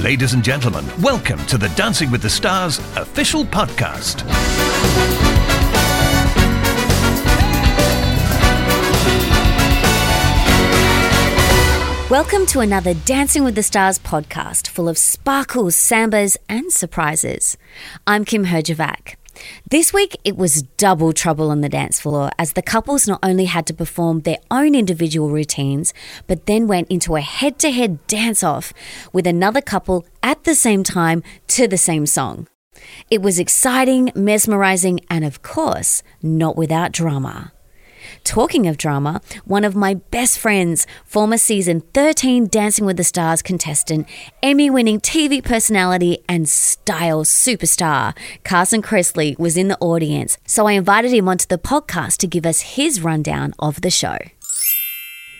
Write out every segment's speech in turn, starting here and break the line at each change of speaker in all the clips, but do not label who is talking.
Ladies and gentlemen, welcome to the Dancing with the Stars official podcast.
Welcome to another Dancing with the Stars podcast full of sparkles, sambas, and surprises. I'm Kim Herjavac. This week it was double trouble on the dance floor as the couples not only had to perform their own individual routines, but then went into a head to head dance off with another couple at the same time to the same song. It was exciting, mesmerizing, and of course, not without drama. Talking of drama, one of my best friends, former season 13 Dancing with the Stars contestant, Emmy winning TV personality, and style superstar, Carson Cressley, was in the audience, so I invited him onto the podcast to give us his rundown of the show.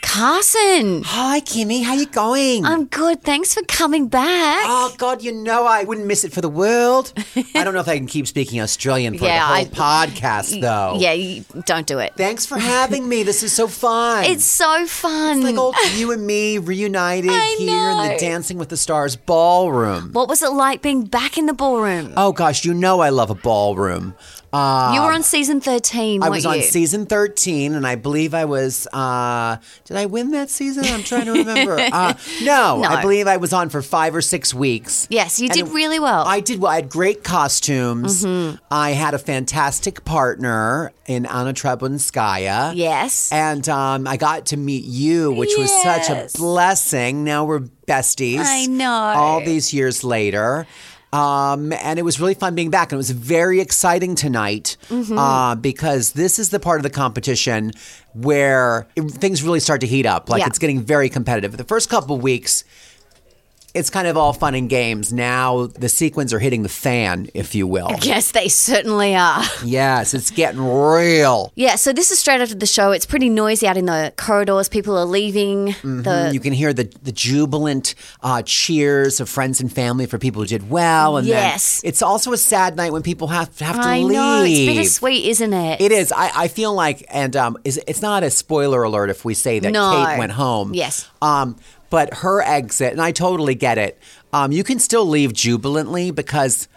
Carson!
Hi, Kimmy. How you going?
I'm good. Thanks for coming back.
Oh God, you know I wouldn't miss it for the world. I don't know if I can keep speaking Australian for
Yeah,
the whole podcast, though.
Yeah, you- don't do it.
Thanks for having me. This is so fun.
It's so fun.
It's like old you and me reunited
I
here in
know.
the Dancing with the Stars ballroom.
what was it like being back in the ballroom?
Oh gosh, you know I love a ballroom. Uh,
you were on season 13,
I
weren't
was on
you?
season 13, and I believe I was. Uh, did I win that season? I'm trying to remember. uh, no,
No.
I believe I was on for five or six weeks.
Yes, you
And
did
it-
really well. Mm-hmm.
I did well. I had great costumes. I had a fantastic partner in Anna Treblinskaya.
Yes.
And um, I got to meet you, which was such
Yes.
a blessing. Now we're besties.
I know.
All these years later. Um, and it was really fun being back. And it was very exciting tonight
Mm-hmm.
uh, because this is the part of the competition where it- things really start to heat up. Like
Yeah.
it's getting very competitive. The first couple weeks, it's kind of all fun and games. Now the sequins are hitting the fan, if you will.
Yes, they certainly are.
Yes, it's getting real.
Yeah, so this is straight after the show. It's pretty noisy out in the corridors. People are leaving. The
Mm-hmm. You can hear the the jubilant uh, cheers of friends and family for people who did well, and
Yes.
then it's also a sad night when people have have to
I
leave.
know it's bittersweet, isn't it?
It is. I, I feel like, and um, is, it's not a spoiler alert if we say that
No.
Kate went home.
Yes.
Um, but her exit, and I totally get it. Um, you can still leave jubilantly because.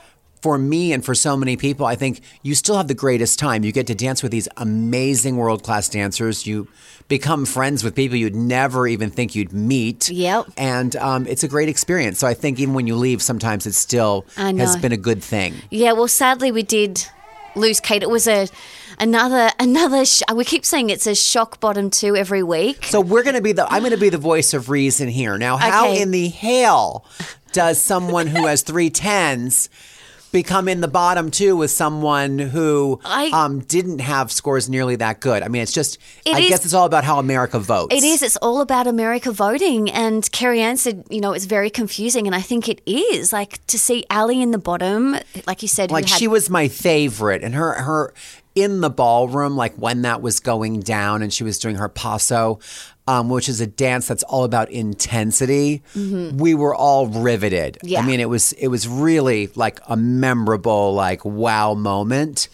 For me and for so many people, I think you still have the greatest time. You get to dance with these amazing world class dancers. You become friends with people you'd never even think you'd meet.
Yep.
And um, it's a great experience. So I think even when you leave, sometimes it still
I
has
know.
been a good thing.
Yeah, well, sadly, we did lose Kate. It was a another another. Sh- we keep saying it's a shock bottom two every week.
So we're going to be the I'm going to be the voice of reason here. Now, how
Okay.
in the hell does someone who has three tens become in the bottom two with someone who
I-
um, didn't have scores nearly that good? I mean, it's just
It
I
is-
guess it's all about how America votes.
It is. It's all about America voting. And Carrie Ann said, you know, it's very confusing. And I think it is. Like to see Ali in the bottom, like you said, who
Like
had-
she was my favorite, and her her in the ballroom, like when that was going down, and she was doing her paso, um, which is a dance that's all about intensity. We were all riveted.
Mm-hmm. Yeah.
I mean, it was it was really like a memorable like wow moment.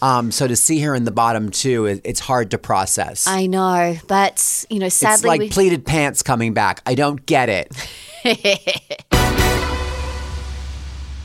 Um, so to see her in the bottom too, it, it's hard to process.
I know, but you know, sadly,
it's like
we-
pleated pants coming back. I don't get it.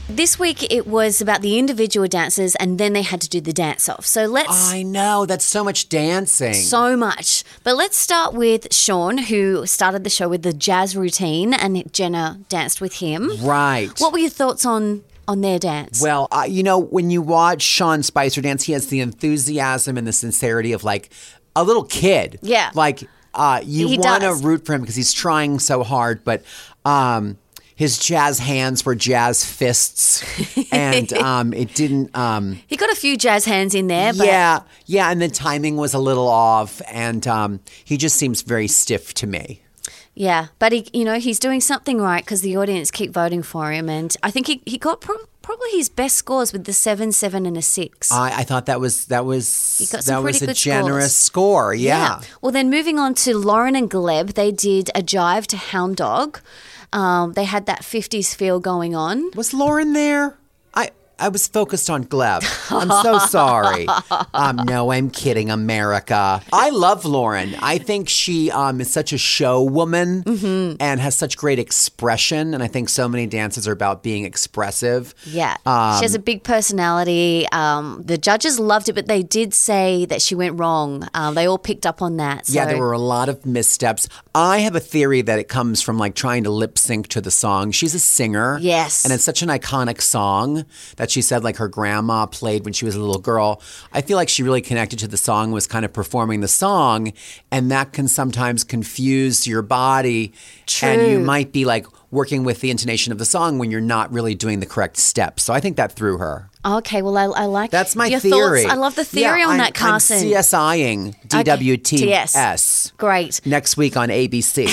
This week it was about the individual dancers and then they had to do the dance off. So let's
I know that's so much dancing.
so much. But let's start with Sean who started the show with the jazz routine and Jenna danced with him.
right.
What were your thoughts on on their dance?
Mm-hmm. Well, uh, you know, when you watch Sean Spicer dance, he has the enthusiasm and the sincerity of like a little kid.
Yeah.
Like uh,
He
you want to
does.
root for him because he's trying so hard, but um, his jazz hands were jazz fists, and um, it didn't. Um,
he got a few jazz hands in there, but
yeah, yeah, and the timing was a little off, and um, he just seems very stiff to me.
yeah, but he you know, he's doing something right cuz the audience keep voting for him and I think he he got pro- probably his best scores with the 7 7 and a 6.
I, I thought that was that was
He got some
that was
pretty
a
good
generous score. yeah.
Well, then moving on to Lauren and Gleb, they did a jive to Hound Dog. Um, they had that 50s feel going on.
Was Lauren there? I I was focused on Gleb. I'm so sorry. Um, no, I'm kidding, America. I love Lauren. I think she um, is such a show woman
Mm-hmm.
and has such great expression. And I think so many dances are about being expressive.
Yeah.
um,
she has a big personality. Um, the judges loved it, but they did say that she went wrong. Um, they all picked up on that. So.
Yeah, there were a lot of missteps. I have a theory that it comes from like trying to lip sync to the song. She's a singer.
Yes.
And it's such an iconic song that she said like her grandma played when she was a little girl. I feel like she really connected to the song, was kind of performing the song, and that can sometimes confuse your body. And you
True.
might be like working with the intonation of the song when you're not really doing the correct steps. So I think that threw her.
Oh, Okay, well, I, I like
That's my
your
theory.
Thoughts. I love the theory
Yeah,
on
I'm-
that, Carson.
I'm CSIing DWTS.
Great.
Next week on ABC.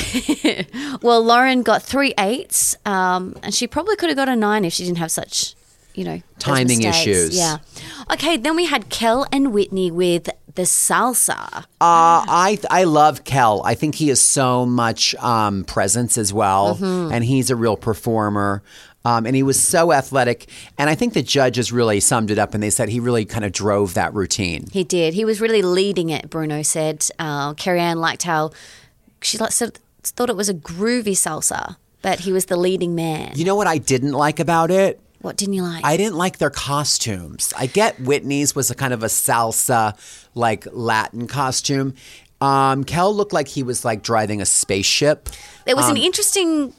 Well, Lauren got three eights, um, and she probably could have got a nine if she didn't have such, you know, those
Timing
mistakes.
issues.
Yeah. Okay, then we had Kel and Whitney with the salsa.
Uh, I I love Kel. I think he is so much um, presence as well,
Mm-hmm.
and he's a real performer. Um, and he was so athletic, and I think the judges really summed it up, and they said he really kind of drove that routine.
He did. He was really leading it. Bruno said. Uh, Carrie Ann liked how she like, said, thought it was a groovy salsa, but he was the leading man.
You know what I didn't like about it?
what didn't you like?
I didn't like their costumes. I get Whitney's was a kind of a salsa, like Latin costume. Um, Kel looked like he was like driving a spaceship.
There was an interesting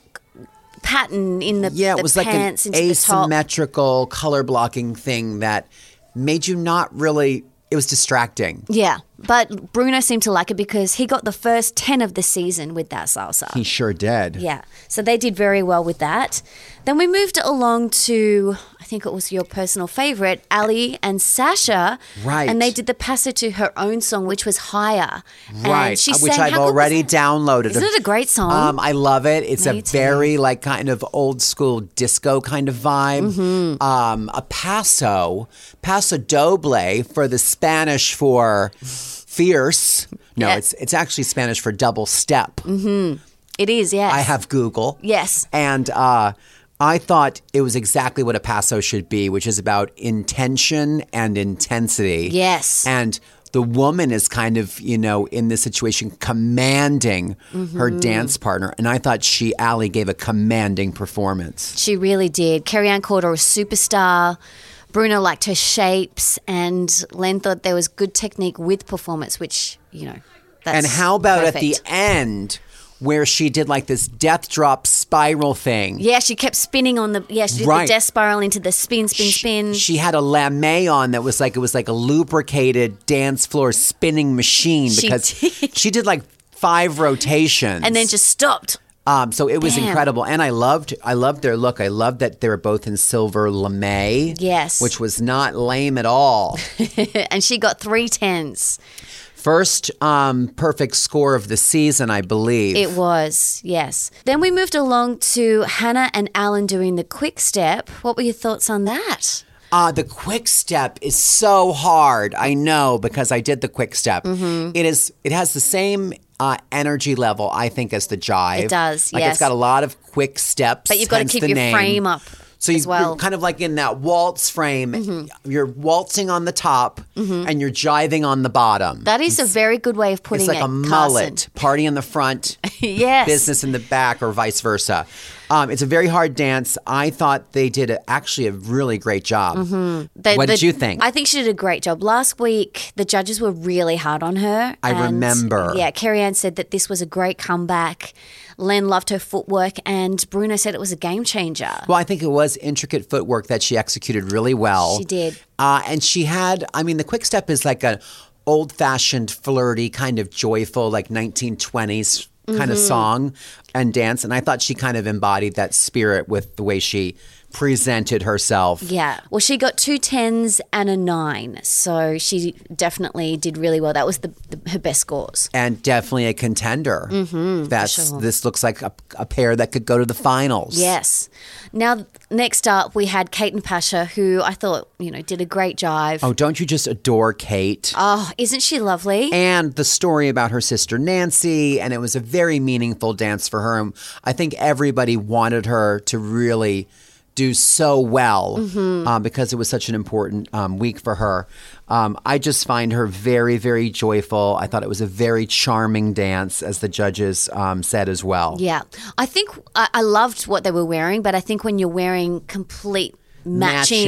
pattern in the
Um, Yeah,
the
it was like an
pants into the top.
asymmetrical color blocking thing that made you not really. It was distracting.
Yeah, but Bruno seemed to like it because he got the first ten of the season with that salsa.
He sure did.
Yeah. So they did very well with that. Then we moved along to, I think it was your personal favorite, Ali and Sasha.
Right.
And they did the passage to her own song, which was Higher.
Right,
And she
uh, which
sang,
I've
how good was
already
that?
downloaded.
Isn't it a great song?
Um, I love it. It's a
Me too.
very like kind of old school disco kind of vibe.
Mm-hmm.
Um, a paso, paso doble for the Spanish for fierce. No,
Yeah.
it's it's actually Spanish for double step.
Mm-hmm. it is, yes.
I have Google.
Yes.
And uh, I thought it was exactly what a paso should be, which is about intention and intensity.
Yes.
And the woman is kind of, you know, in this situation commanding her
Mm-hmm.
dance partner. And I thought she, Allie, gave a commanding performance.
She really did. Carrie Ann called her a superstar. Bruno liked her shapes, and Len thought there was good technique with performance, which, you know, that's
And how about at the
perfect.
end where she did like this death drop spiral thing?
Yeah, she kept spinning on the. Yeah, she did
Right.
the death spiral into the spin, spin, spin.
She had a lame on that was like it was like a lubricated dance floor spinning machine
She
because
did.
she did like five rotations
and then just stopped.
um, so it was
Bam.
incredible and I loved I loved their look I loved that they were both in silver lame
Yes.
which was not lame at all
and she got three tens.
first um, perfect score of the season I believe
It was, yes. Then we moved along to Hannah and Alan doing the quick step. What were your thoughts on that?
Uh, the quick step is so hard. I know because I did the quick step.
Mm-hmm.
It is. It has the same uh, energy level, I think, as the jive.
It does,
Like
yes.
it's got a lot of quick steps.
But you've got to
hence
keep
the
your
name.
frame up
So
as
you-
well. Mm-hmm.
you're kind of like in that waltz frame. You're waltzing on the top, and you're jiving on the bottom.
that is a very good way of putting
it's like
it.
a
Carson.
mullet. Party in the front
yes.
business in the back or vice versa. Um, it's a very hard dance. I thought they did a, actually a really great job.
Mm-hmm. The-
What
the-
did you think?
I think she did a great job. Last week, the judges were really hard on her.
I remember.
Yeah, Carrie Ann said that this was a great comeback. Len loved her footwork, and Bruno said it was a game changer.
Well, I think it was intricate footwork that she executed really well.
She did.
Uh, and she had, I mean, the quick step is like an old fashioned, flirty, kind of joyful, like 1920s kind of
Mm-hmm.
song and dance. And I thought she kind of embodied that spirit with the way she presented herself.
Yeah. Well, she got two tens and a nine. So she definitely did really well. That was the, the her best scores.
And definitely a contender. Mm-hmm, That's
sure.
this looks like a, a pair that could go to the finals.
Yes. Now, next up, we had Kate and Pasha, who I thought, you know, did a great jive.
Oh, don't you just adore Kate?
Oh, isn't she lovely?
and the story about her sister Nancy, and it was a very meaningful dance for her. And I think everybody wanted her to really do so well
Mm-hmm.
um, because it was such an important um, week for her. Um, I just find her very, very joyful. I thought it was a very charming dance, as the judges um, said as well.
Yeah. I think I, I loved what they were wearing, but I think when you're wearing complete matching,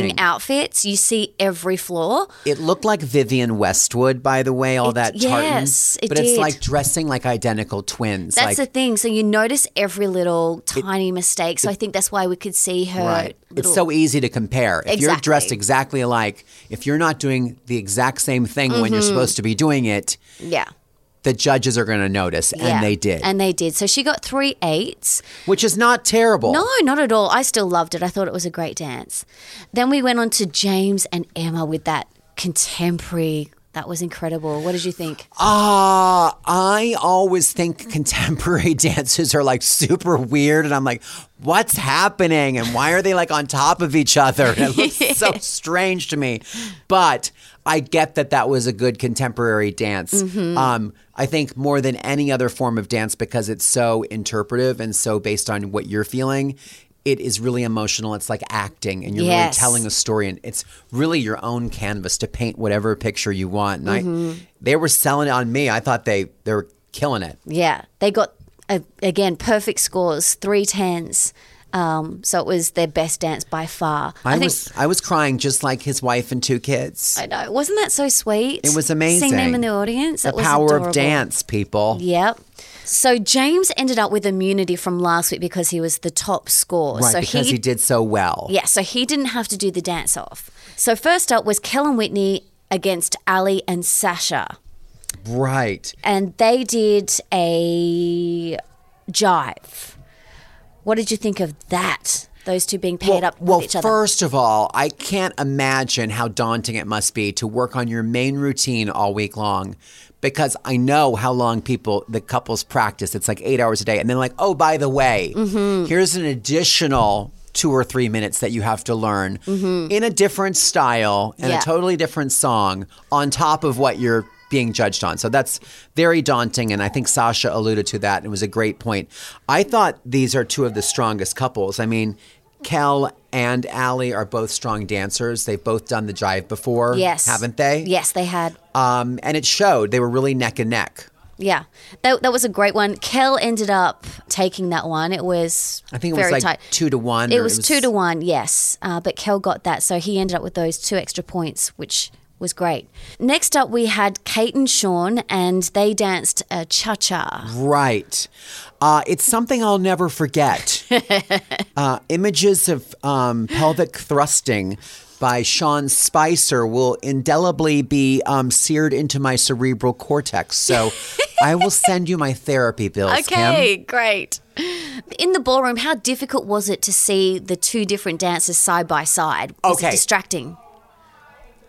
Matching.
outfits, you see every flaw.
It looked like Vivian Westwood, by the way, all that tartan.
yes, it
but it's
did.
like dressing like identical twins.
That's
like,
the thing. So you notice every little tiny mistake. So I think that's why we could see her.
Right.
little-
It's so easy to compare. If you're dressed
Exactly.
exactly alike, if you're not doing the exact same thing when
Mm-hmm.
you're supposed to be doing it,
yeah.
the judges are going to notice,
yeah.
and they did,
And they did. So she got three eights.
which is not terrible.
No, not at all. I still loved it. I thought it was a great dance. Then we went on to James and Emma with that contemporary. That was incredible. What did you think?
Ah, I always think contemporary dances are like super weird, and I'm like, what's happening, and why are they like on top of each other? And it looks so strange to me. But I get that that was a good contemporary dance. Um, I think more than any other form of dance because it's so interpretive and so based on what you're feeling. It is really emotional. It's like acting, and you're
Yes.
really telling a story and it's really your own canvas to paint whatever picture you want and
Mm-hmm.
I, they were selling it on me i thought they they were killing it
Yeah, they got uh, again perfect scores, three tens. Um, so it was their best dance by far.
i, was i was crying just like his wife and two kids
I know. Wasn't that so sweet?
it was
Seeing
amazing
them in the audience.
the
that was
power
adorable.
of dance people
Yep. So James ended up with immunity from last week because he was the top scorer.
right
so
because he, did so well
Yeah, so he didn't have to do the dance off. So first up was Kellen Whitney against Ali and Sasha.
right
And they did a jive. What did you think of that? Those two being paired up
well,
with each other.
first of all, I can't imagine how daunting it must be to work on your main routine all week long because I know how long people, the couples practice. It's like eight hours a day. And then, like, oh, by the way,
Mm-hmm.
here's an additional two or three minutes that you have to learn in a different style and
Mm-hmm. Yeah.
a totally different song on top of what you're being judged on. So that's very daunting. And I think Sasha alluded to that. and It was a great point. I thought these are two of the strongest couples. I mean, Kel and Allie are both strong dancers. They've both done the jive before,
yes.
haven't they?
Yes, they had.
Um, and it showed they were really neck and neck.
Yeah. That, that was a great one. Kel ended up taking that one. It was
I think it
very
was like
tight.
two to one.
It
or
was two to one, yes. Uh, but Kel got that, so he ended up with those two extra points, which was great. Next up, we had Kate and Sean, and they danced uh, a cha cha.
Right. Uh, it's something I'll never forget. uh, images of um, pelvic thrusting by Sean Spicer will indelibly be um, seared into my cerebral cortex. So I will send you my therapy bills, Kim.
great. In the ballroom, how difficult was it to see the two different dances side by side? Was it
Okay.
distracting?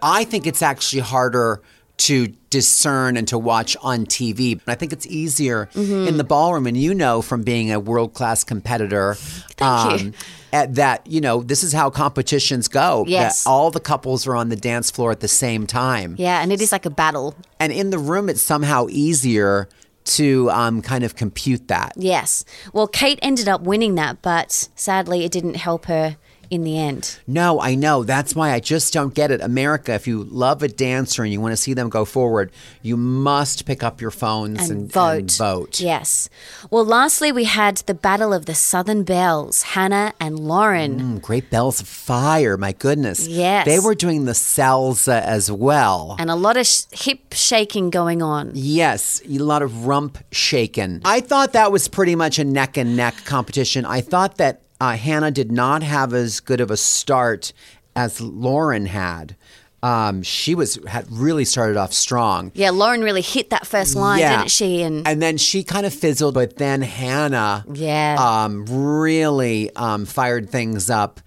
I think it's actually harder to discern and to watch on TV. And I think it's easier
Mm-hmm.
in the ballroom. And you know from being a world class competitor um,
Thank you.
at that, you know, this is how competitions go. that
Yes.
all the couples are on the dance floor at the same time.
Yeah, and it is like a battle.
And in the room, it's somehow easier to um, kind of compute that.
Yes. Well, Kate ended up winning that, but sadly, it didn't help her in the end.
No, I know. That's why I just don't get it. America, if you love a dancer and you want to see them go forward, you must pick up your phones and,
and vote.
And vote.
Yes. Well, lastly, we had the Battle of the Southern Bells, Hannah and Lauren.
Mm, Great Bells of Fire, my goodness.
Yes.
They were doing the salsa as well.
And a lot of sh- hip shaking going on.
Yes, a lot of rump shaken. I thought that was pretty much a neck and neck competition. I thought that uh, Hannah did not have as good of a start as Lauren had. Um, she was had really started off strong.
Yeah, Lauren really hit that first line, didn't she? And
and then she kind of fizzled, but then Hannah,
Yeah.
um, really um, fired things up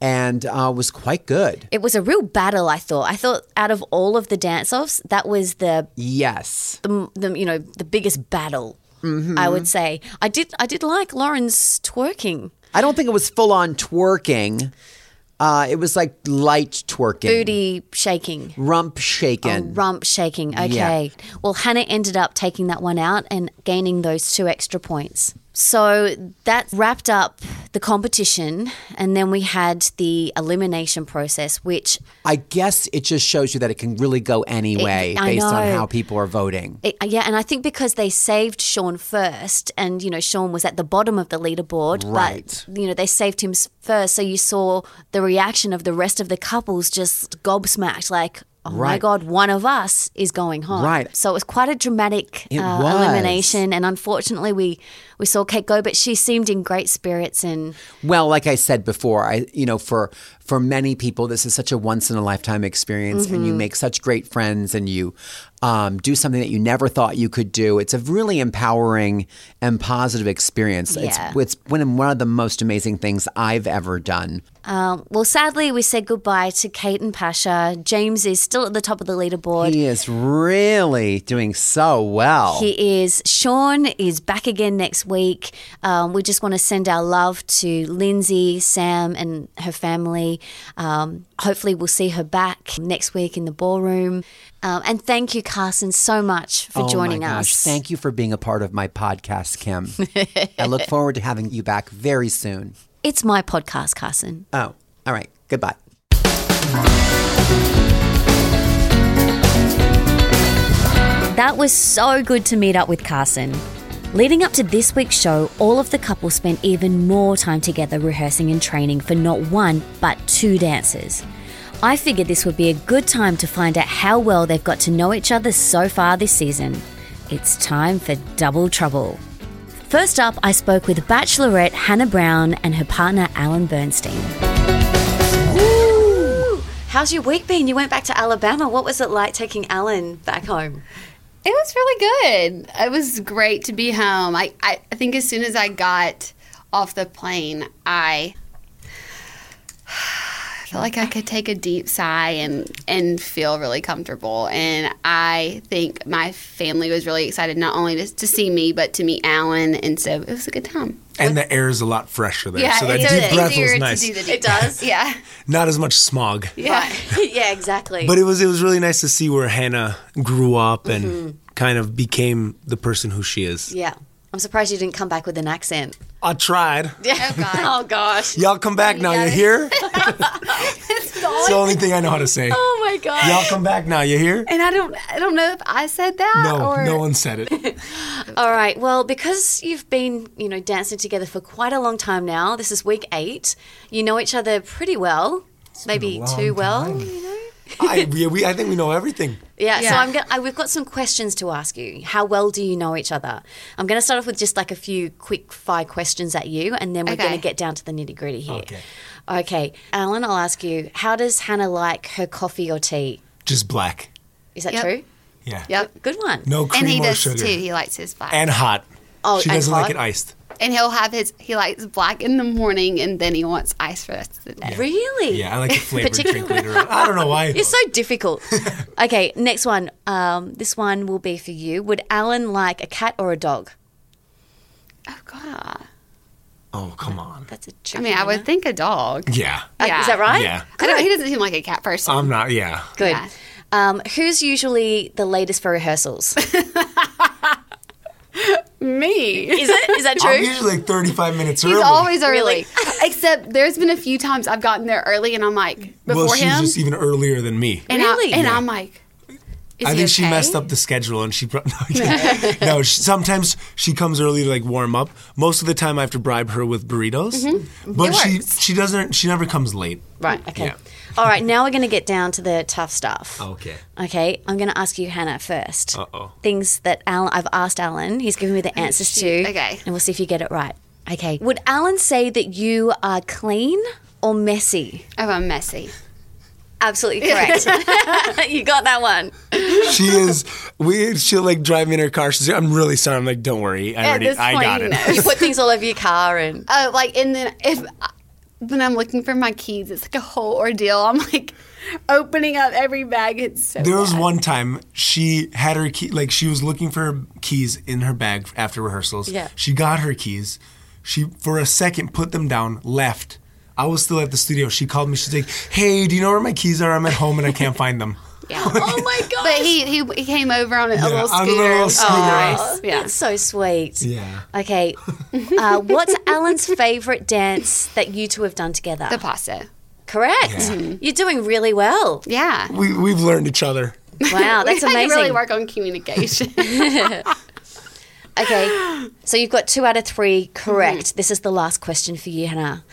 and uh, was quite good.
it was a real battle, I thought. I thought out of all of the dance offs, that was the,
Yes.
the, the, you know, the biggest battle. I would say I did. I did like Lauren's twerking,
I don't think it was full on twerking. Uh, it was like light twerking,
booty shaking.
rump shaken.
Rump shaking. Okay. Well, Hannah ended up taking that one out and gaining those two extra points. So that wrapped up the competition, and then we had the elimination process, which
I guess it just shows you that it can really go any way
I
based on
know.
how people are voting.
It- uh, yeah, and I think because they saved Sean first, and you know Sean was at the bottom of the leaderboard,
Right.
but you know they saved him s- first, so you saw the reaction of the rest of the couples just gobsmacked, like. Oh my
Right.
God, one of us is going home.
Right.
So it was quite a dramatic
It
uh,
was.
elimination. And unfortunately, we, we saw Kate go, but she seemed in great spirits. And
Well, like I said before, I you know for for many people this is such a once in a lifetime experience, and you
Mm-hmm.
make such great friends, and you um, do something that you never thought you could do. It's a really empowering and positive experience.
Yeah.
It's it's one one of the most amazing things I've ever done.
um, well, sadly, we said goodbye to Kate and Pasha. James is still at the top of the leaderboard.
He is really doing so well.
He is. Sean is back again next week. Um, we just want to send our love to Lindsay, Sam, and her family. Um, hopefully, we'll see her back next week in the ballroom. Um, and thank you, Carson, so much for
Oh my
joining
gosh,
us.
Thank you for being a part of my podcast, Kim. I look forward to having you back very soon.
It's my podcast, Carson.
Oh, all right. Goodbye.
That was so good to meet up with Carson. Leading up to this week's show, all of the couple spent even more time together rehearsing and training for not one, but two dances. I figured this would be a good time to find out how well they've got to know each other so far this season. It's time for Double Trouble. First up, I spoke with Bachelorette Hannah Brown and her partner Alan Bernstein. How's your week been? You went back to Alabama. What was it like taking Alan back home?
It was really good. It was great to be home. I, I, I think as soon as I got off the plane, I felt like I could take a deep sigh and, and feel really comfortable. And I think my family was really excited not only to, to see me, but to meet Alan. And so it was a good time.
And the air is a lot fresher there. so that
it's
deep breath
easier
was
to
nice.
do the deep It does. Yeah.
Not as much smog.
Yeah.
yeah, exactly.
But it was it was really nice to see where Hannah grew up and kind of became the person who she is.
Yeah. I'm surprised you didn't come back with an accent.
I tried.
Oh, God.
Oh, gosh.
Y'all come back now. You hear? it's the only thing I know how to say.
Oh, my God.
Y'all come back now. You hear?
And I don't, I don't know if I said that
No,
or
no one said it.
All right. Well, because you've been, you know, dancing together for quite a long time now, this is week eight, you know each other pretty well, maybe
long
too well.
time. I, we, we, I think we know everything.
Yeah, so
Yeah.
I'm gonna, I, we've got some questions to ask you. How well do you know each other? I'm going to start off with just like a few quick fire questions at you, and then we're
Okay.
going to get down to the nitty gritty here.
Okay.
Okay, Alan, I'll ask you, how does Hannah like her coffee or tea?
Just black.
Is that
Yep.
true?
Yeah.
Yep.
Good one.
No cream
And he
or
does
sugar.
too. He likes his black.
And hot.
Oh,
she
and
doesn't
hot?
like it iced.
And he'll have his, he likes black in the morning and then he wants ice for the rest of the day.
Really?
Yeah, I like the flavored drink
Particularly-
later on. I don't know why.
You're so difficult. okay, next one. Um, this one will be for you. Would Alan like a cat or a dog?
Oh, God.
oh, come on.
That's a
I
tricky
mean, I
one,
would think a dog.
Yeah.
huh?
yeah.
Uh, Is that right?
Yeah.
I don't, he doesn't seem like a cat person.
I'm not, yeah.
Good.
Yeah.
Um, who's usually the latest for rehearsals?
Me.
Is it? Is that true?
I'm usually like 35 minutes early.
He's always early.
Really?
Except there's been a few times I've gotten there early and I'm like, before
well, she was
him.
just even earlier than me.
and
Really?
I, and
Yeah.
I'm like, is
I
he
think she
okay?
messed up the schedule and she. Pro- no, I'm kidding. no she, sometimes she comes early to like warm up. Most of the time, I have to bribe her with burritos. But
Mm-hmm. It
she
works.
she doesn't. She never comes late.
Right. Okay.
Yeah.
All right. Now we're going to get down to the tough stuff.
Oh, Okay.
Okay. I'm going to ask you, Hannah, first.
Uh-oh.
Things that Alan, I've asked Alan. He's given me the answers to.
shoot. Oh, Okay.
And we'll see if you get it right. Okay. Would Alan say that you are clean or messy?
Oh, I'm messy.
Absolutely correct. you got that one.
She is. We. She'll like drive me in her car. She's like, "I'm really sorry." I'm like, "Don't worry. I
At
already.
this
I
point,
got
you
it."
know.
You put things all over your car and.
Oh, like, and then if uh, when I'm looking for my keys, it's like a whole ordeal. I'm like opening up every bag. It's so
There was
bad.
one time she had her key, like she was looking for her keys in her bag after rehearsals.
Yeah.
She got her keys. She, for a second, put them down, left. I was still at the studio. She called me. She's like, hey, do you know where my keys are? I'm at home and I can't find them.
Yeah.
Oh my gosh.
But he, he he came over on a, a little
on a
scooter.
little scooter.
Oh, nice. Yeah.
That's so sweet.
Yeah.
Okay. Uh, what's Alan's favorite dance that you two have done together?
The pasta.
Correct. You're doing really well.
Yeah.
We, we've learned each other.
Wow, that's
I
amazing.
Oh, really work on communication.
Okay. So you've got two out of three correct.
Mm-hmm.
This is the last question for you, Hannah.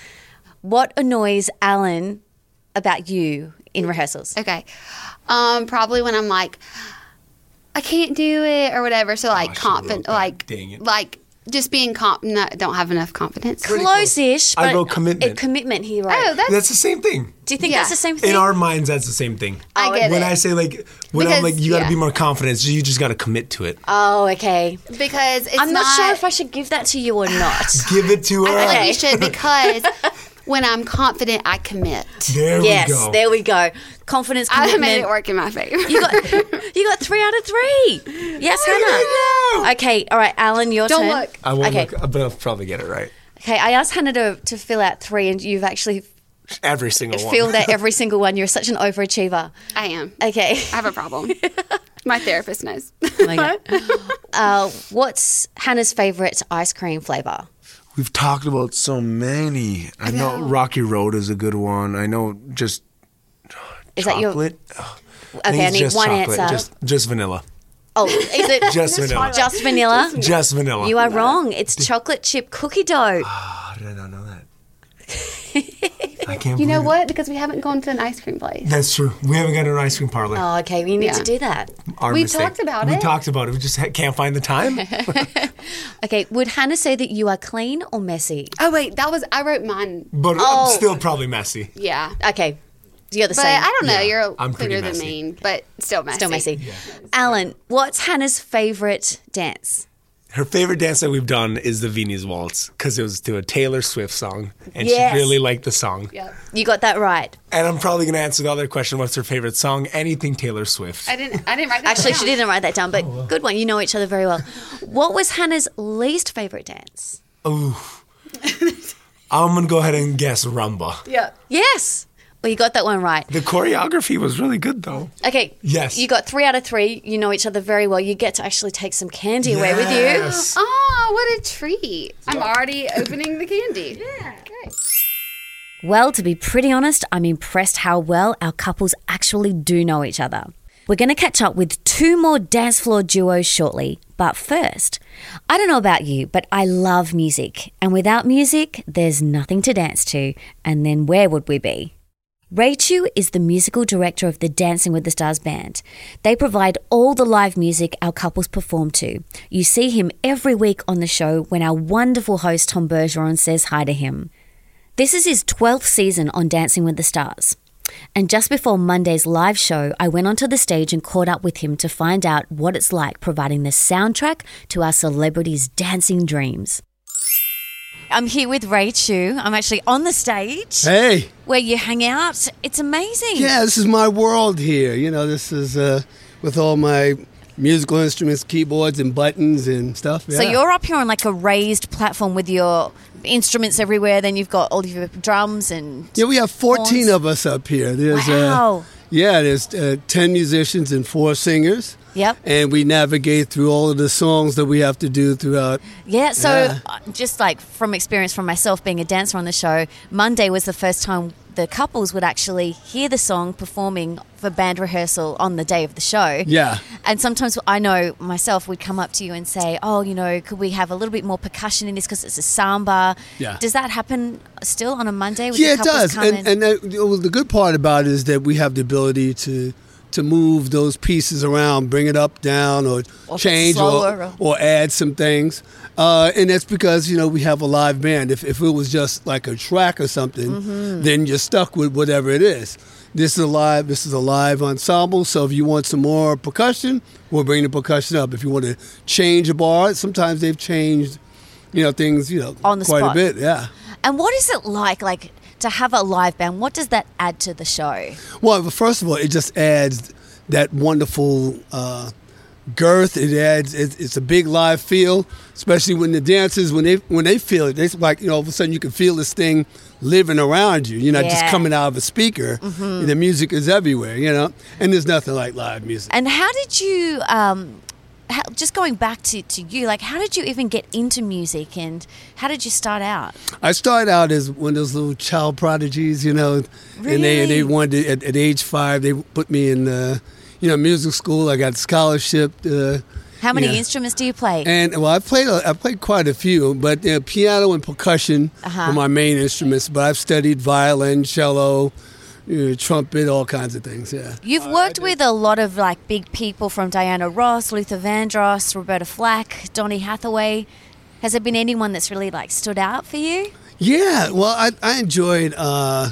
What annoys Alan about you in rehearsals?
okay. Um, probably when I'm like, I can't do it or whatever. So like
Oh, I should've wrote
confident,
that.
like
Dang it.
like just being comp. No, don't have enough confidence.
Close-ish.
I
but
wrote commitment.
it- commitment. He wrote.
Oh, that's,
That's the same thing.
Do you think
yeah.
that's the same thing?
In our minds, that's the same thing.
I
Oh,
get
when
it.
I say like, when I'm
Because-
like, you got to
yeah.
be more confident. So you just got to commit to it.
oh, okay.
because it's
I'm not, sure if I should give that to you or not.
Give it to her.
I feel like you should because when I'm confident, I commit.
There
yes,
we go.
there we go. Confidence,
I
commitment.
made it work in my favor.
You got, you got three out of three. Yes, Hannah. Okay, all right, Alan, your
Don't
turn.
look.
I won't
okay,
look, but I'll probably get it right.
okay. I asked Hannah to, to fill out three, and you've actually
Every single one.
filled out every single one. You're such an overachiever.
I am.
Okay.
I have a problem. My therapist knows.
my God. Uh, what's Hannah's favorite ice cream flavor?
We've talked about so many. I, know.
know.
Rocky Road is a good one. I know just
Is that your-
chocolate.
Okay, I, need one answer.
Just, just vanilla.
oh, is it
Just vanilla.
just vanilla?
Just vanilla.
You are wrong. It's chocolate chip cookie dough.
How did I not know that? I can't.
You know
believe it.
what? Because we haven't gone to an ice cream place.
That's true. We haven't got an ice cream parlor.
Oh, okay. We need
Yeah.
to do that.
Our
we
mistake.
talked about
We
it.
talked about it. We just ha- can't find the time.
Okay. Would Hannah say that you are clean or messy?
Oh wait, that was I wrote mine.
But
Oh.
I'm still probably messy.
Yeah.
Okay. You're the
But
same.
I don't know.
Yeah,
You're
I'm pretty
cleaner than
messy.
me, but still messy.
Still messy. Alan, what's Hannah's favorite dance?
Her favorite dance that we've done is the Viennese Waltz because it was to a Taylor Swift song, and
Yes.
she really liked the song.
Yep.
You got that right.
And I'm probably gonna answer the other question: What's her favorite song? Anything Taylor Swift.
I didn't. I didn't write that.
Actually,
down.
she didn't write that down,
Oh,
but good one. You know each other very well. What was Hannah's least favorite dance?
I'm gonna go ahead and guess rumba.
Yeah.
Yes. Well, you got that one right.
The choreography was really good though.
Okay.
Yes.
You got three out of three. You know each other very well. You get to actually take some candy away with you.
Yes.
Oh, what a treat! I'm already opening the candy. Yeah. Great.
Well, to be pretty honest, I'm impressed how well our couples actually do know each other. We're going to catch up with two more dance floor duos shortly, but first, I don't know about you, but I love music, and without music, there's nothing to dance to, and then where would we be? Raichu is the musical director of the Dancing with the Stars band. They provide all the live music our couples perform to. You see him every week on the show when our wonderful host Tom Bergeron says hi to him. This is his 12th season on Dancing with the Stars. And just before Monday's live show, I went onto the stage and caught up with him to find out what it's like providing the soundtrack to our celebrities' dancing dreams. I'm here with Ray Chu. I'm actually on the stage
Hey,
where you hang out. It's amazing.
yeah, this is my world here. You know, this is uh, with all my musical instruments, keyboards, and buttons and stuff.
So
yeah.
you're up here on like a raised platform with your instruments everywhere. Then you've got all of your drums and
yeah, we have 14
horns.
of us up here. There's,
Wow.
Uh, yeah, there's uh, 10 musicians and four singers.
Yep.
And we navigate through all of the songs that we have to do throughout.
Yeah, so
Yeah.
uh, just like from experience from myself being a dancer on the show, Monday was the first time the couples would actually hear the song performing for band rehearsal on the day of the show.
Yeah.
And sometimes I know myself would come up to you and say, "Oh, you know, could we have a little bit more percussion in this because it's a samba?"
Yeah.
Does that happen still on a Monday? Would
yeah,
the
it
couples
does.
come
And,
in-
and that, well, the good part about it is that we have the ability to to move those pieces around, bring it up, down, or,
Or
change,
slower,
or, or add some things. Uh, and that's because you know we have a live band. If if it was just like a track or something,
Mm-hmm.
then you're stuck with whatever it is. This is a live. This is a live ensemble. So if you want some more percussion, we'll bring the percussion up. If you want to change a bar, sometimes they've changed, you know, things. You know,
On the
quite
spot.
a bit. Yeah.
and what is it like, like to have a live band? What does that add to the show?
Well, first of all, it just adds that wonderful uh, girth. It adds. It, it's a big live feel, especially when the dancers when they when they feel it. It's like you know all of a sudden you can feel this thing living around you. You're not just
Yeah.
coming out of a speaker.
Mm-hmm.
The music is everywhere. You know, and there's nothing like live music.
And how did you, um, how, just going back to, to you, like how did you even get into music and how did you start out?
I started out as one of those little child prodigies, you know, and they
Really?
they wanted to, at, at age five they put me in. Uh, you know, music school. I got scholarship. Uh,
How many
yeah.
instruments do you play?
And well, I played a, I played quite a few, but uh, piano and percussion
Uh-huh.
were my main instruments. But I've studied violin, cello, you know, trumpet, all kinds of things. Yeah,
You've worked with a lot of like big people from Diana Ross, Luther Vandross, Roberta Flack, Donny Hathaway. Has there been anyone that's really like stood out for you?
yeah. Well, I, I enjoyed uh,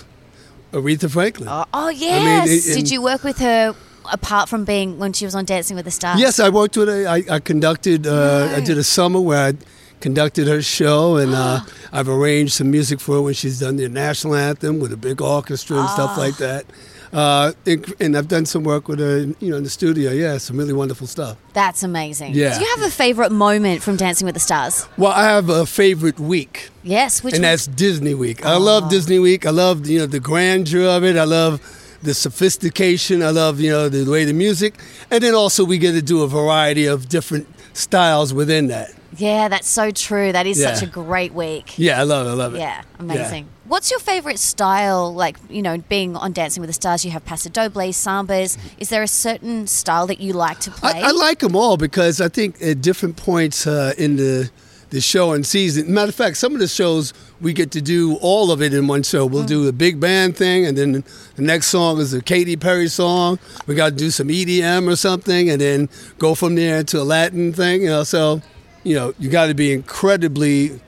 Aretha Franklin.
Oh yes.
it-
did
and-
you work with her apart from being when she was on Dancing with the Stars?
yes, I worked with her. I, I conducted. Uh, I did a summer where I conducted her show, and uh, I've arranged some music for her when she's done the national anthem with a big orchestra and stuff like that. Uh, and, and I've done some work with her, you know, in the studio. Yeah, some really wonderful stuff.
That's amazing.
Yeah.
Do you have a favorite moment from Dancing with the Stars?
Well, I have a favorite week,
Yes, which
and
was-
that's Disney Week. I love Disney Week. I love you know the grandeur of it. I love the sophistication. I love you know the way the music, and then also we get to do a variety of different styles within that.
Yeah, that's so true. That is such
Yeah.
a great week.
Yeah, I love it. I love it.
Yeah, amazing. What's your favorite style? Like, you know, being on Dancing with the Stars, you have Paso Doble, sambas. Is there a certain style that you like to play?
I, I like them all because I think at different points uh, in the the show and season. Matter of fact, some of the shows we get to do all of it in one show. We'll
Mm.
do the big band thing, and then the next song is a Katy Perry song. We got to do some EDM or something, and then go from there to a Latin thing. You know, so you know you got to be incredibly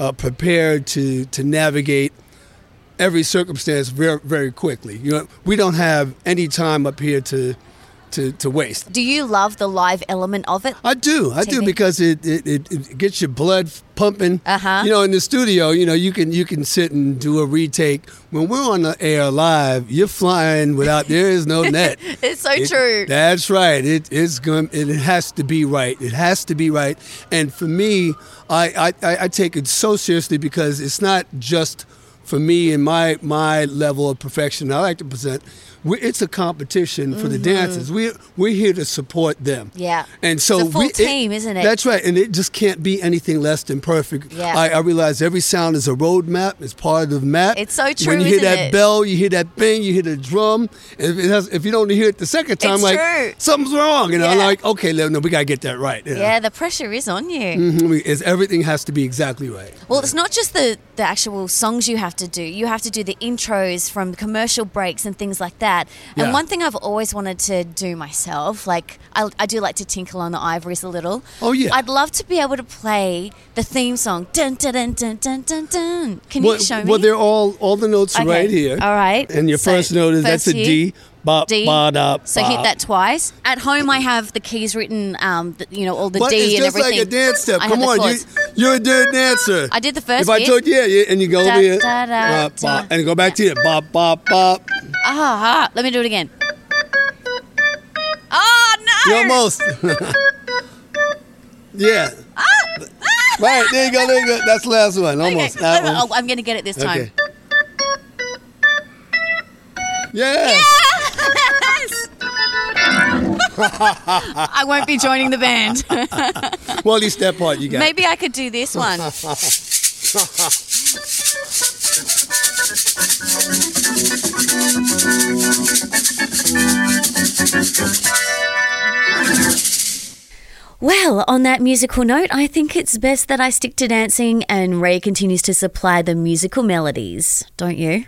uh, prepared to to navigate every circumstance very very quickly. You know, we don't have any time up here to to, to waste.
Do you love the live element of it?
I do. I do
TV.
because it, it, it, it gets your blood pumping.
Uh-huh.
You know, in the studio, you know, you can you can sit and do a retake. When we're on the air live, you're flying without there is no net.
It's so
It-
true.
That's right. It is going. It has to be right. It has to be right. And for me, I I, I- I take it so seriously because it's not just for me and my my level of perfection. I like to present. we it's a competition for the dancers. We're we're here to support them.
Mm-hmm. Yeah.
And so
It's a full
we,
team, isn't it?
That's right. And it just can't be anything less than perfect.
Yeah.
I, I realize every sound is a roadmap. It's part of the map.
It's so true,
When you hear
isn't
that
it?
bell, you hear that bang, you hear the drum. If, it has, if you don't hear it the second time,
It's
like
true.
something's wrong. You know,
Yeah.
like okay, no, no, we gotta get that right. you know.
Yeah, the pressure is on you.
Mhm, we- it's- everything has to be exactly right.
Well, it's not just the, the actual songs you have to do. You have to do the intros from commercial breaks and things like that. And
Yeah.
one thing I've always wanted to do myself, like I, I do like to tinkle on the ivories a little.
Oh, yeah.
I'd love to be able to play the theme song. Dun, dun, dun, dun, dun, dun, dun. Can
well,
you show me?
well, they're all all the notes are
Okay.
right here.
All right.
And your
So,
first note is that's a
first here.
D. Bop,
D.
ba, da,
so hit
bop.
that twice. At home, I have the keys written, um, th- you know, all the
But
D
it's
and
just
everything.
like a dance step.
I have
Come
the
on, you,
chords.
you're a good dancer.
I did the first
If I
bit.
told you, yeah, yeah, and you go
Da,
over here,
da, da,
bop,
da.
bop, and go back to it, bop, bop, bop.
Ah, ah, let me do it again. Oh, no!
You almost. yeah.
Ah!
Right there you go. There you go. That's the last one. Almost
Okay.
that
Oh,
one.
I'm going to get it this time.
Okay. Yeah.
Yes! I won't be joining the band.
Well, at least that part you got.
Maybe I could do this one.
Well, on that musical note, I think it's best that I stick to dancing and Ray continues to supply the musical melodies, don't you?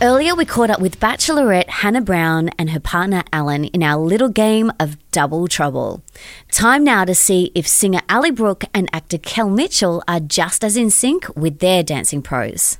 Earlier, we caught up with Bachelorette Hannah Brown and her partner Alan in our little game of Double Trouble. Time now to see if singer Ali Brooke and actor Kel Mitchell are just as in sync with their dancing pros.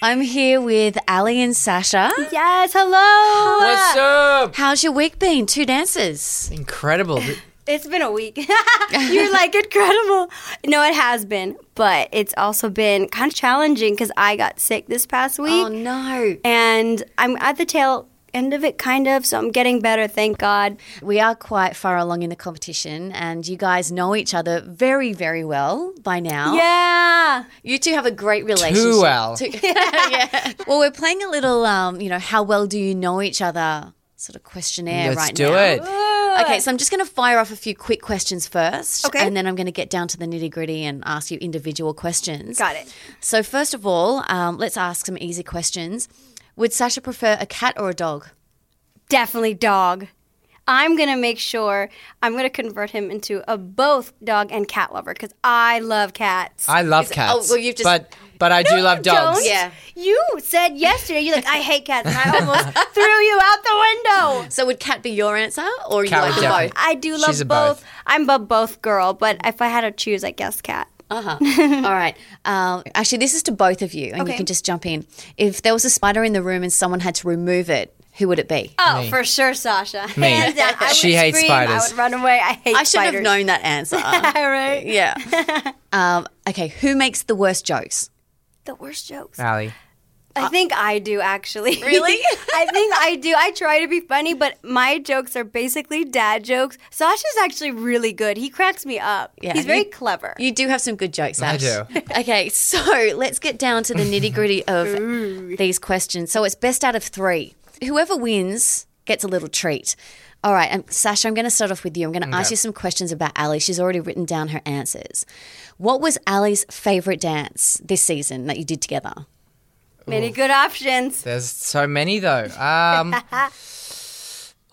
I'm here with Ali and Sasha.
Yes, hello!
What's up?
How's your week been? Two dances.
Incredible.
It's been a week. You're like incredible. No, it has been, but it's also been kind of challenging because I got sick this past week,
Oh, no.
and I'm at the tail end of it, kind of. So I'm getting better, thank God.
We are quite far along in the competition, and you guys know each other very, very well by now.
Yeah.
You two have a great relationship.
well.
Too- yeah. Well, we're playing a little, um, you know, how well do you know each other sort of questionnaire
Let's
right
do
now.
it.
Okay, so I'm just going to fire off a few quick questions first.
Okay.
And then I'm going to get down to the nitty gritty and ask you individual questions.
Got it.
So, first of all, um, let's ask some easy questions. Would Sasha prefer a cat or a dog?
Definitely dog. I'm going to make sure I'm going to convert him into a both dog and cat lover because I love cats.
I love cats.
Oh, well, you've just-
But but I do
No,
love
you
dogs.
don't.
Yeah.
You said yesterday, you're like, I hate cats. And I almost threw you out the window.
So, would cat be your answer or you
Cat
like
would
them
definitely-
both?
I do love
She's a
both.
both.
I'm a both girl, but if I had to choose, I guess cat.
Uh-huh. All right. Um, actually, this is to both of you, and you
Okay.
can just jump in. If there was a spider in the room and someone had to remove it, who would it be?
Oh, for sure, Sasha.
Me.
Hands down. I would
She hates
scream, I
spiders.
would run away. I hate
I should
spiders.
have known that answer.
right?
yeah. um, okay. Who makes the worst jokes?
The worst jokes.
Allie.
I think I do actually.
Uh, Really?
I think I do. I try to be funny, but my jokes are basically dad jokes. Sasha's actually really good. He cracks me up.
Yeah,
He's very
you-
clever.
You do have some good jokes,
I
Ash.
do.
okay, so let's get down to the nitty gritty of these questions. So it's best out of three. Whoever wins gets a little treat. All right, um, Sasha, I'm going to start off with you. I'm going to ask you some questions about Ali. She's already written down her answers. What was Ali's favorite dance this season that you did together?
Many good options.
There's so many though. Um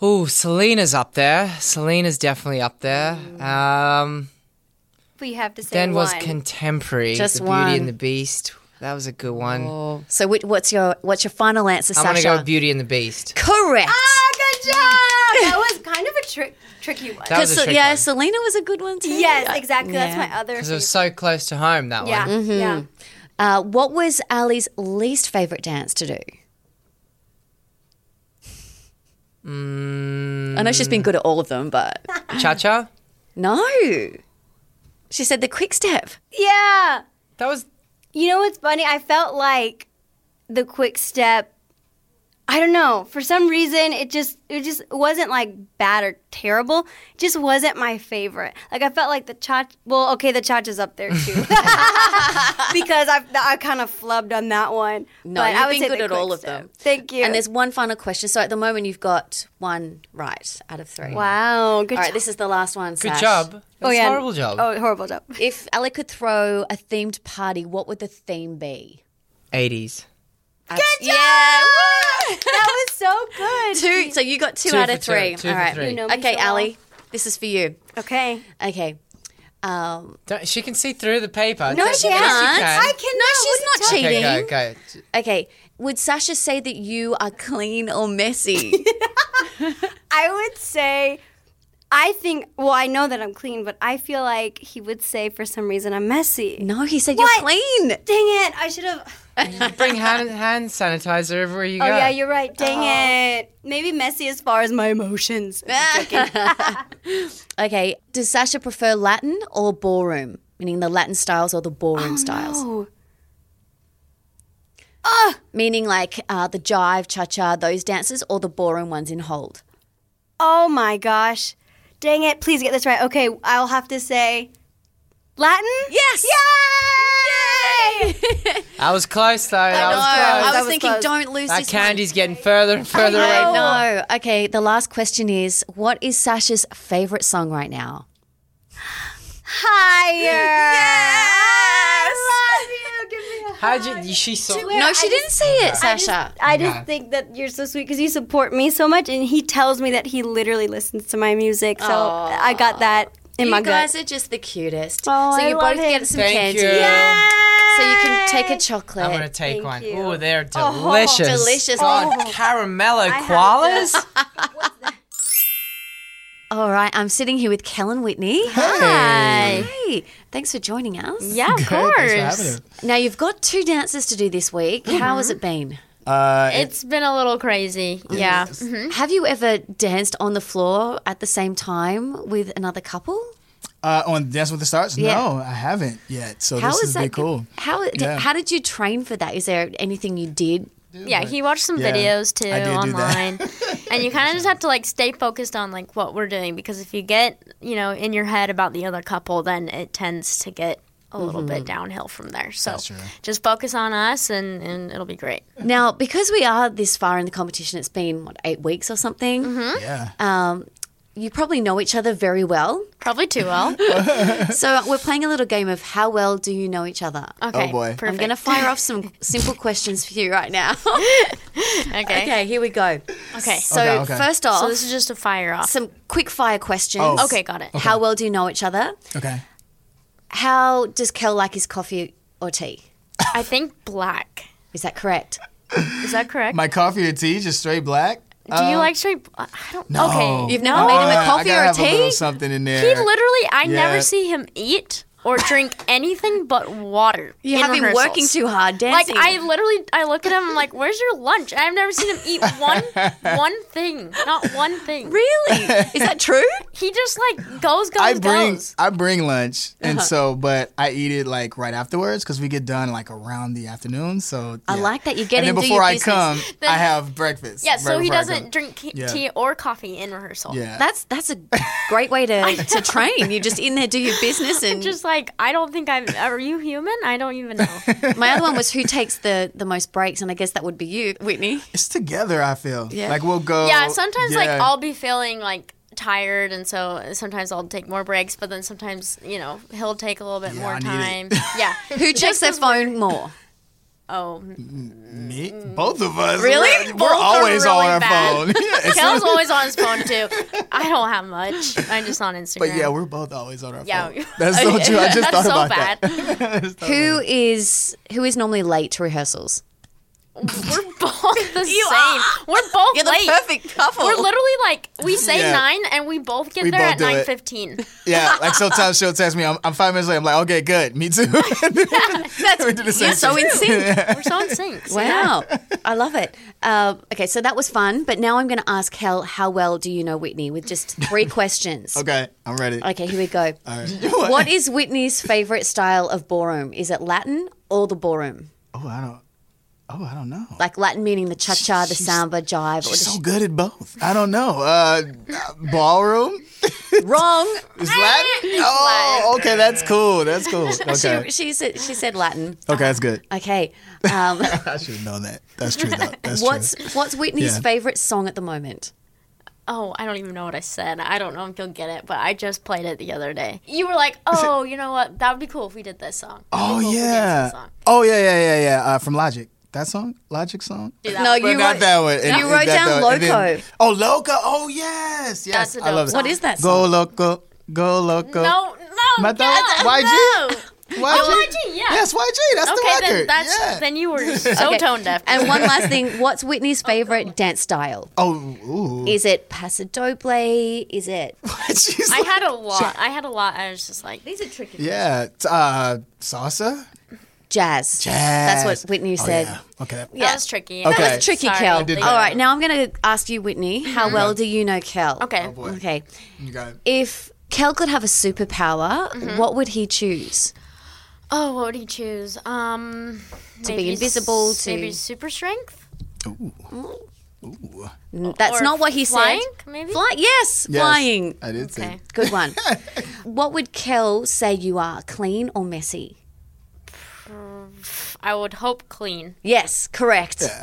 Ooh, Selena's up there. Selena's definitely up there. Um
But you have to say
then
one.
was contemporary.
Just
the Beauty
one.
and the Beast. That was a good one.
So wh- what's your what's your final answer,
I'm gonna
Sasha?
go with Beauty and the Beast.
Correct.
Ah, good job. That was kind of a tri- tricky one.
That was a
So-
trick
uh, yeah,
one.
Selena was a good one too.
yes, exactly. That's
Yeah.
my other.
Because it was
favorite.
so close to home that
yeah,
one.
Mm-hmm.
yeah.
Uh, what was Ali's least favorite dance to do?
Mm.
I know she's been good at all of them, but
Cha cha?
no. She said the quick step.
Yeah.
That was
You know what's funny? I felt like the quick step. I don't know. For some reason, it just it just wasn't like bad or terrible. It just wasn't my favorite. Like I felt like the cha. Well, okay, the cha cha's up there too because I I kind of flubbed on that one.
No,
but
you've
I would
been
say
good
the
at all
quick
of them.
step. Thank you.
And there's one final question. So at the moment, you've got one right out of three.
wow, good
All right,
job.
this is the last one.
good
Sash.
job. That
oh
was a
yeah,
horrible job.
Oh, horrible job.
If Ali could throw a themed party, what would the theme be?
80s.
Good yeah.
that was so good.
Two. So you got two,
Two
out
for
of
two,
three.
two
All
for
right.
three. You know
me
okay,
so well.
Ali, this is for you.
Okay,
Okay. Um,
Don't, she can see through the paper.
no, she
Yes, can.
can't.
can.
No, she's not
Okay,
cheating.
go, go.
Okay. Would Sasha say that you are clean or messy?
I would say, I think. Well, I know that I'm clean, but I feel like he would say for some reason I'm messy.
no, he said
What?
you're clean.
Dang it! I should have.
Bring hand, hand sanitizer everywhere you
Oh
go.
yeah, you're right. Dang it. Maybe messy as far as my emotions.
Ah. Okay. Does Sasha prefer Latin or ballroom? Meaning the Latin styles or the ballroom
Oh,
styles?
Oh,
Ah!
no.
Meaning like uh, the jive, cha cha, those dances, or the ballroom ones in hold.
Oh my gosh. Dang it! Please get this right. Okay, I'll have to say, Latin.
Yes.
Yay!
I was close though.
I
That
know.
was
I
close.
was,
That was
thinking,
close.
don't lose
that
this
candy's getting further and further
one.
away.
I know. Okay. The last question is, what is Sasha's favorite song right now?
Higher. I love you. Give me a
How'd you? you- She saw.
no, she didn't say it, Sasha.
I just think that you're so sweet because you support me so much, and he tells me that he literally listens to my music. So I got that in
you
my
guys
gut.
are just the cutest.
Oh,
so
I
you
love
both
him.
get some
Thank
candy.
you.
So you can take a
I'm gonna
chocolate.
take one.
you.
Oh, they're delicious. Oh,
delicious. Oh.
God, caramello koalas.
All right, I'm sitting here with Kellen Whitney. Hi. Hey. Thanks for joining us.
yeah, of course.
Now you've got two dances to do this week.
Mm-hmm.
How has it been?
Uh,
uh,
It's been a little crazy. Yeah. Mm-hmm.
Have you ever danced on the floor at the same time with another couple?
Uh, on Dance with the Stars?
Yeah.
No, I haven't yet. So
How
this
is
is
that
pretty cool.
How
Yeah.
how did you train for that? Is there anything you did?
do.
Yeah,
but-
he watched some
Yeah,
videos too
I did do that.
online, and you kind of just have to like stay focused on like what we're doing because if you get you know in your head about the other couple, then it tends to get a little bit
Mm-hmm.
downhill from there. So just focus on us, and and it'll be great.
Now, because we are this far in the competition, it's been what eight weeks or something. Mm-hmm.
Yeah.
Um, you probably know each other very well.
Probably too well.
so we're playing a little game of how well do you know each other?
Okay, Oh, boy.
I'm going to
perfect.
fire off some simple questions for you right now.
Okay.
Okay, here we go.
Okay.
So
Okay, okay.
first off,
So this is just a fire off.
Some quick fire questions.
Oh. Okay, got it.
How well do you know each other?
Okay.
How does Kel like his coffee or tea?
I think black.
Is that correct?
Is that correct?
My coffee or tea, just straight black. Uh,
Do you like straight? I don't.
No.
Okay.
You've never made him a
Uh,
coffee
I
or
gotta have
a
a
tea?
little something in there.
He literally, I
Yeah.
never see him eat or drink anything but water.
You
in
have been
rehearsals.
working too hard, dancing.
Like I literally, I look at him. I'm like, "Where's your lunch?" I've never seen him eat one one thing, not one thing.
Really? Is that true?
He just like goes, goes,
I bring
goes.
I bring lunch, and
Uh-huh.
so but I eat it like right afterwards because we get done like around the afternoon. So
I
yeah.
like that you're
And then
getting to
before
your
I
business.
come,
Then-
I have breakfast.
Yeah, so
right
he
before I
doesn't
come.
drink ca-
Yeah.
tea or coffee in rehearsal.
Yeah.
That's that's a great way to, to train. You're just in there, do your business, and
just like I don't think I'm. Are you human? I don't even know.
my other one was who takes the the most breaks, and I guess that would be you, Whitney.
It's together. I feel
Yeah.
like we'll go.
yeah, sometimes like
yeah.
I'll be feeling like tired, and so sometimes I'll take more breaks. But then sometimes you know he'll take a little bit more
I
time.
need
yeah.
Who checks their phone more?
Oh,
Me, both of us.
Really?
We're, we're
Both are
always
really
on our
bad.
phone. Yeah, it's
Kel's
not-
always on his phone too. I don't have much. I'm just on Instagram.
But yeah, we're both always on our
Yeah.
phone. That's so true. I just
That's
thought
so
about
bad.
that.
Who is who is normally late to rehearsals?
Both the same. We're both
You're the
late.
perfect couple.
We're literally like we say
Yeah.
nine and we both get
We
there
both
at
do it.
nine fifteen.
Yeah, like sometimes she'll text me. I'm, I'm five minutes late. I'm like, okay, good. Me too. we did the same
You're so
thing.
in sync.
We're so in sync. so yeah.
Wow, I love it. Um, okay, so that was fun, but now I'm going to ask Hel, how well do you know Whitney? With just three questions.
Okay, I'm ready.
Okay, here we go.
All right.
What is Whitney's favorite style of ballroom? Is it Latin or the ballroom?
Oh, I don't. Oh, I don't know.
Like Latin meaning the cha cha, the samba, jive, or the
She's so good at both. I don't know. Uh, ballroom
wrong.
is Latin. Oh, okay, that's cool. That's cool. Okay,
She, she said she said Latin.
okay, that's good.
Okay. Um,
I should have known that. That's true though. That's
what's
true.
what's Whitney's
Yeah.
favorite song at the moment?
Oh, I don't even know what I said. I don't know if you'll get it, but I just played it the other day. You were like, "Oh, you know what? That would be cool if we did this song." That'd be
Oh
cool if we did
yeah.
this song."
Oh yeah, yeah, yeah, yeah. Uh, from Logic. That song, Logic song.
Do that
No,
one.
But
you
not
wrote-
that one. It-
you
it- that
wrote down
one. And then-
Loco.
Oh, Loco. Oh yes, yes.
That's a
I
dope
love it.
song.
What is that
Go
song?
loco, go loco.
No, no,
My dog,
God,
YG?
no.
YG.
Oh,
YG, Oh, yeah.
Yes, YG. That's
Okay,
the record.
then that's
yeah.
then you were so
Okay.
tone deaf. Oh,
And one last thing, what's Whitney's favorite dance style?
oh, ooh.
Is it paso doble? Is it
She's
I
like-
had a lot. I had a lot. I was just like,
These are tricky.
yeah, t- uh, salsa.
Jazz. That's what Whitney
Oh,
said.
yeah. Okay.
that was tricky.
Okay.
That's tricky,
Sorry,
Kel.
I did
All
that. Mm-hmm.
right, now I'm going to ask you, Whitney, how well do you know Kel?
Okay.
Oh, boy.
Okay.
You got it.
If Kel could have a superpower,
Mm-hmm.
what would he choose?
Oh, what would he choose? Um, to
be invisible, to-
maybe super strength.
That's
Or
not Oh, what he
flying,
said.
Maybe.
Fly- yes,
Yes,
flying.
I did say.
Okay.
Good one. what would Kel say you are, clean or messy?
I would hope clean.
Yes, correct.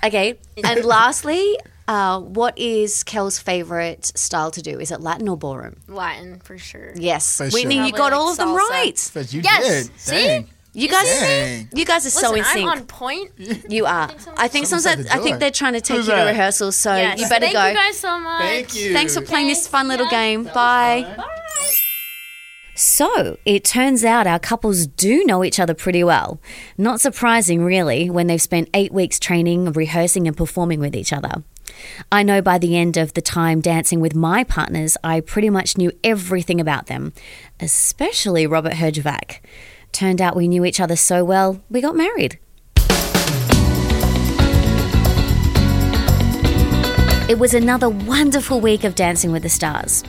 Okay. And lastly, uh, what is Kel's favorite style to do? Is it Latin or ballroom?
Latin for sure.
Yes.
For
Whitney,
sure.
Probably
you got
like
all of them
salsa.
right.
But you
Yes,
did.
see?
Dang.
You guys
Dang.
you guys are so
Listen,
in
I'm
sync.
on point.
You are. I think
Someone's at
sometimes
the
I think
door.
they're trying to take
Who's
you to
that?
rehearsals, so
Yes.
you better
Thank
go.
you guys so much.
Thank you.
Thanks for playing this
Thanks.
fun little
Yeah.
game. Bye. So it turns out our couples do know each other pretty well. Not surprising, really, when they've spent eight weeks training, rehearsing, and performing with each other. I know by the end of the time dancing with my partners, I pretty much knew everything about them, especially Robert Herjavac. Turned out we knew each other so well, we got married. It was another wonderful week of Dancing with the Stars.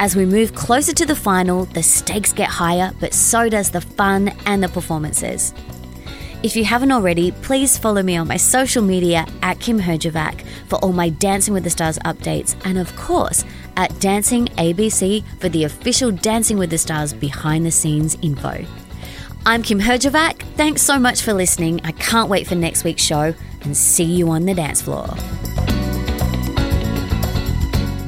As we move closer to the final, the stakes get higher, but so does the fun and the performances. If you haven't already, please follow me on my social media at Kim Herjavac for all my Dancing with the Stars updates, and of course at Dancing ABC for the official Dancing with the Stars behind the scenes info. I'm Kim Herjavac. Thanks so much for listening. I can't wait for next week's show and see you on the dance floor.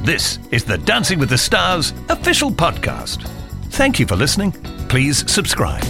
This is the Dancing with the Stars official podcast. Thank you for listening. Please subscribe.